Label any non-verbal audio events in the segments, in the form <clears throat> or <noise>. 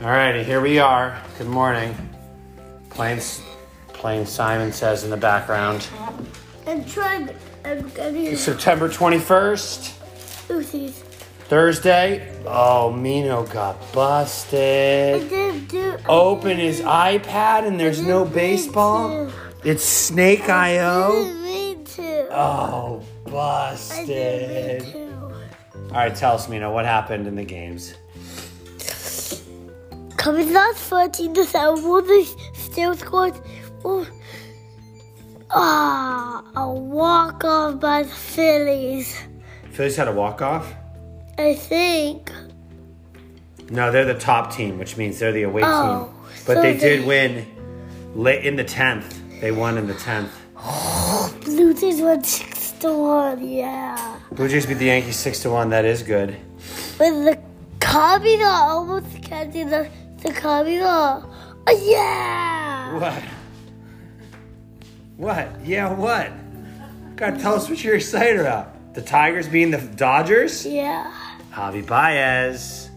Alrighty, here we are. Good morning. Plain, S- plain Simon says in the background. I'm trying. I'm getting It's September 21st, oopsies. Thursday. Oh, Mino got I busted. didn't do. Open his iPad and there's no baseball. It's Snake I IO. didn't mean to. Oh, I didn't mean busted. to. Alright, tell us, Mino, what happened in the games? Coming last 14 to 7. Wolves still scored. Oh, ah, a walk off by the Phillies. Phillies had a walk off? I think. No, they're the top team, which means they're the away Oh, team. But so they did e- they- win late in the tenth. They won in the tenth. Blue Jays won 6 to 1. Yeah. Blue Jays beat the Yankees six to one. That is good. With the Cubbies are almost catching the, the Cubbies are. Oh, yeah! What? What? Yeah, what? God, tell us what you're excited about. The Tigers being the Dodgers. Yeah. Javi Baez.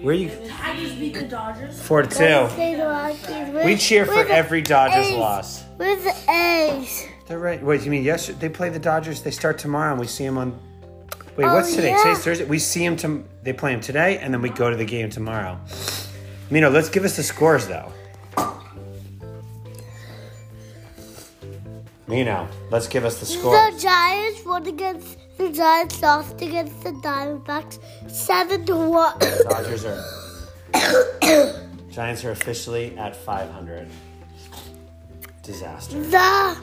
Where you? Tigers beat the Dodgers. Four to two. Say the Rockies. We Where's- cheer for where's the every Dodgers A's? loss. Where's the A's? They're right. Wait, you mean yesterday? They play the Dodgers. They start tomorrow, and we see them on. Wait, Oh, what's today? yeah. Today's Thursday. We see them. To, they play them today, and then we go to the game tomorrow. Mino, let's give us the scores though. Mino, let's give us the The scores. Giants won against the Giants lost against the Diamondbacks seven to one. <coughs> Dodgers are. Giants are officially at 500. Disaster. the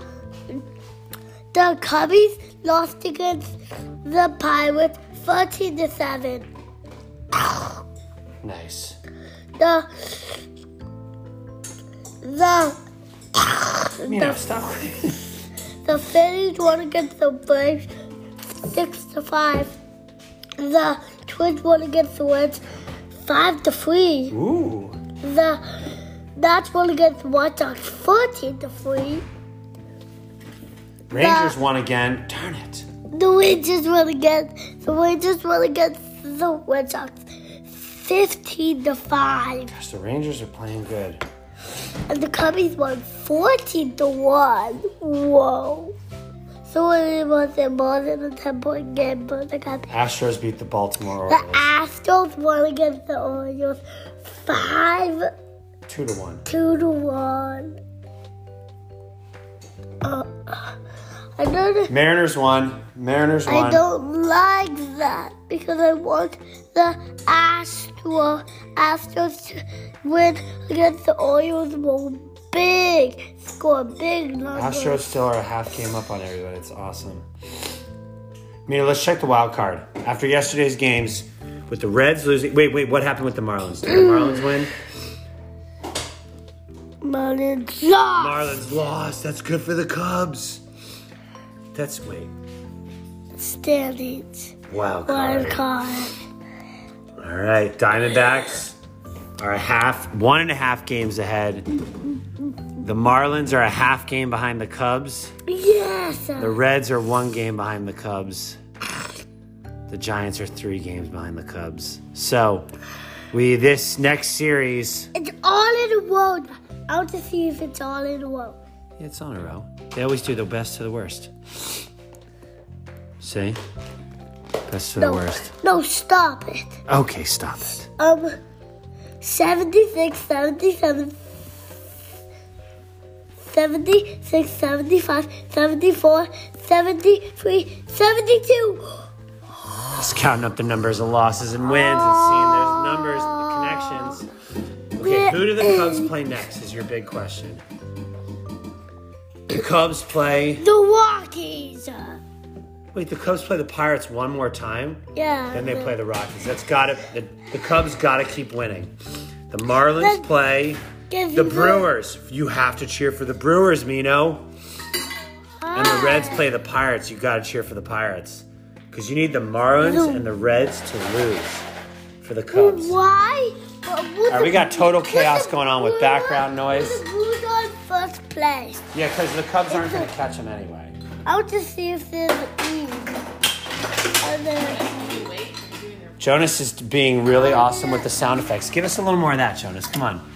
the Cubbies lost against the Pirates fourteen to seven. Nice. The the Mino, stop. The Phillies won against the Braves six to five. The Twins won against the Reds five to three. Ooh. The Nats won against the White Sox fourteen to three. Rangers won again. Darn it. The Rangers won against the Rangers won against the Red Sox fifteen to five. Gosh, the Rangers are playing good. And the Cubbies won fourteen to one. Whoa. So it was a more than a ten point game for the Cubbies. Astros beat the Baltimore The Orioles Astros won against the Orioles five two to one. two to one. Uh, I don't. Mariners won. Mariners I won. don't like that because I want the Astros Astros to win against the Orioles more big score big numbers. Astros still are a half game up on everyone. It's awesome. Mina, let's check the wild card. After yesterday's games, with the Reds losing. Wait, wait, what happened with the Marlins? Did the Marlins win? <clears throat> Marlins lost. Marlins lost. That's good for the Cubs. That's wait. standings Wild wild card. card. All right, Diamondbacks are a half, one and a half games ahead. The Marlins are a half game behind the Cubs. Yes. The Reds are one game behind the Cubs. The Giants are three games behind the Cubs. So, we this next series, It's all in a row. I want to see if it's all in a row. it's on a row. They always do the best to the worst. See, best to the No, worst. no, stop it. Okay, stop it. Um, 76, 77, 76, 75, 74, 73, 72. Just counting up the numbers of losses and wins and seeing there's numbers, the connections. Okay, who do the Cubs play next? Is your big question. The Cubs play. The Rockies. Wait, the Cubs play the Pirates one more time. Yeah. Then they play the Rockies. That's got to the, the Cubs got to keep winning. The Marlins play Give the you Brewers. You have to cheer for the Brewers, Mino. And the Reds Ah. play the Pirates. You got to cheer for the Pirates because you need the Marlins and the Reds to lose for the Cubs. Why? All right, we got total chaos going on with background noise. Who's on first place? Yeah, because the Cubs aren't going to catch them anyway. I want to see if there's an E. And then. Wait, doing their Jonas is being really awesome with the sound effects. Give us a little more of that, Jonas. Come on.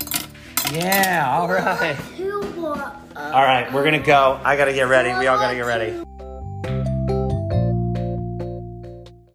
Yeah, all right. Who won? All right, we're gonna go. I gotta get ready. We all gotta get ready.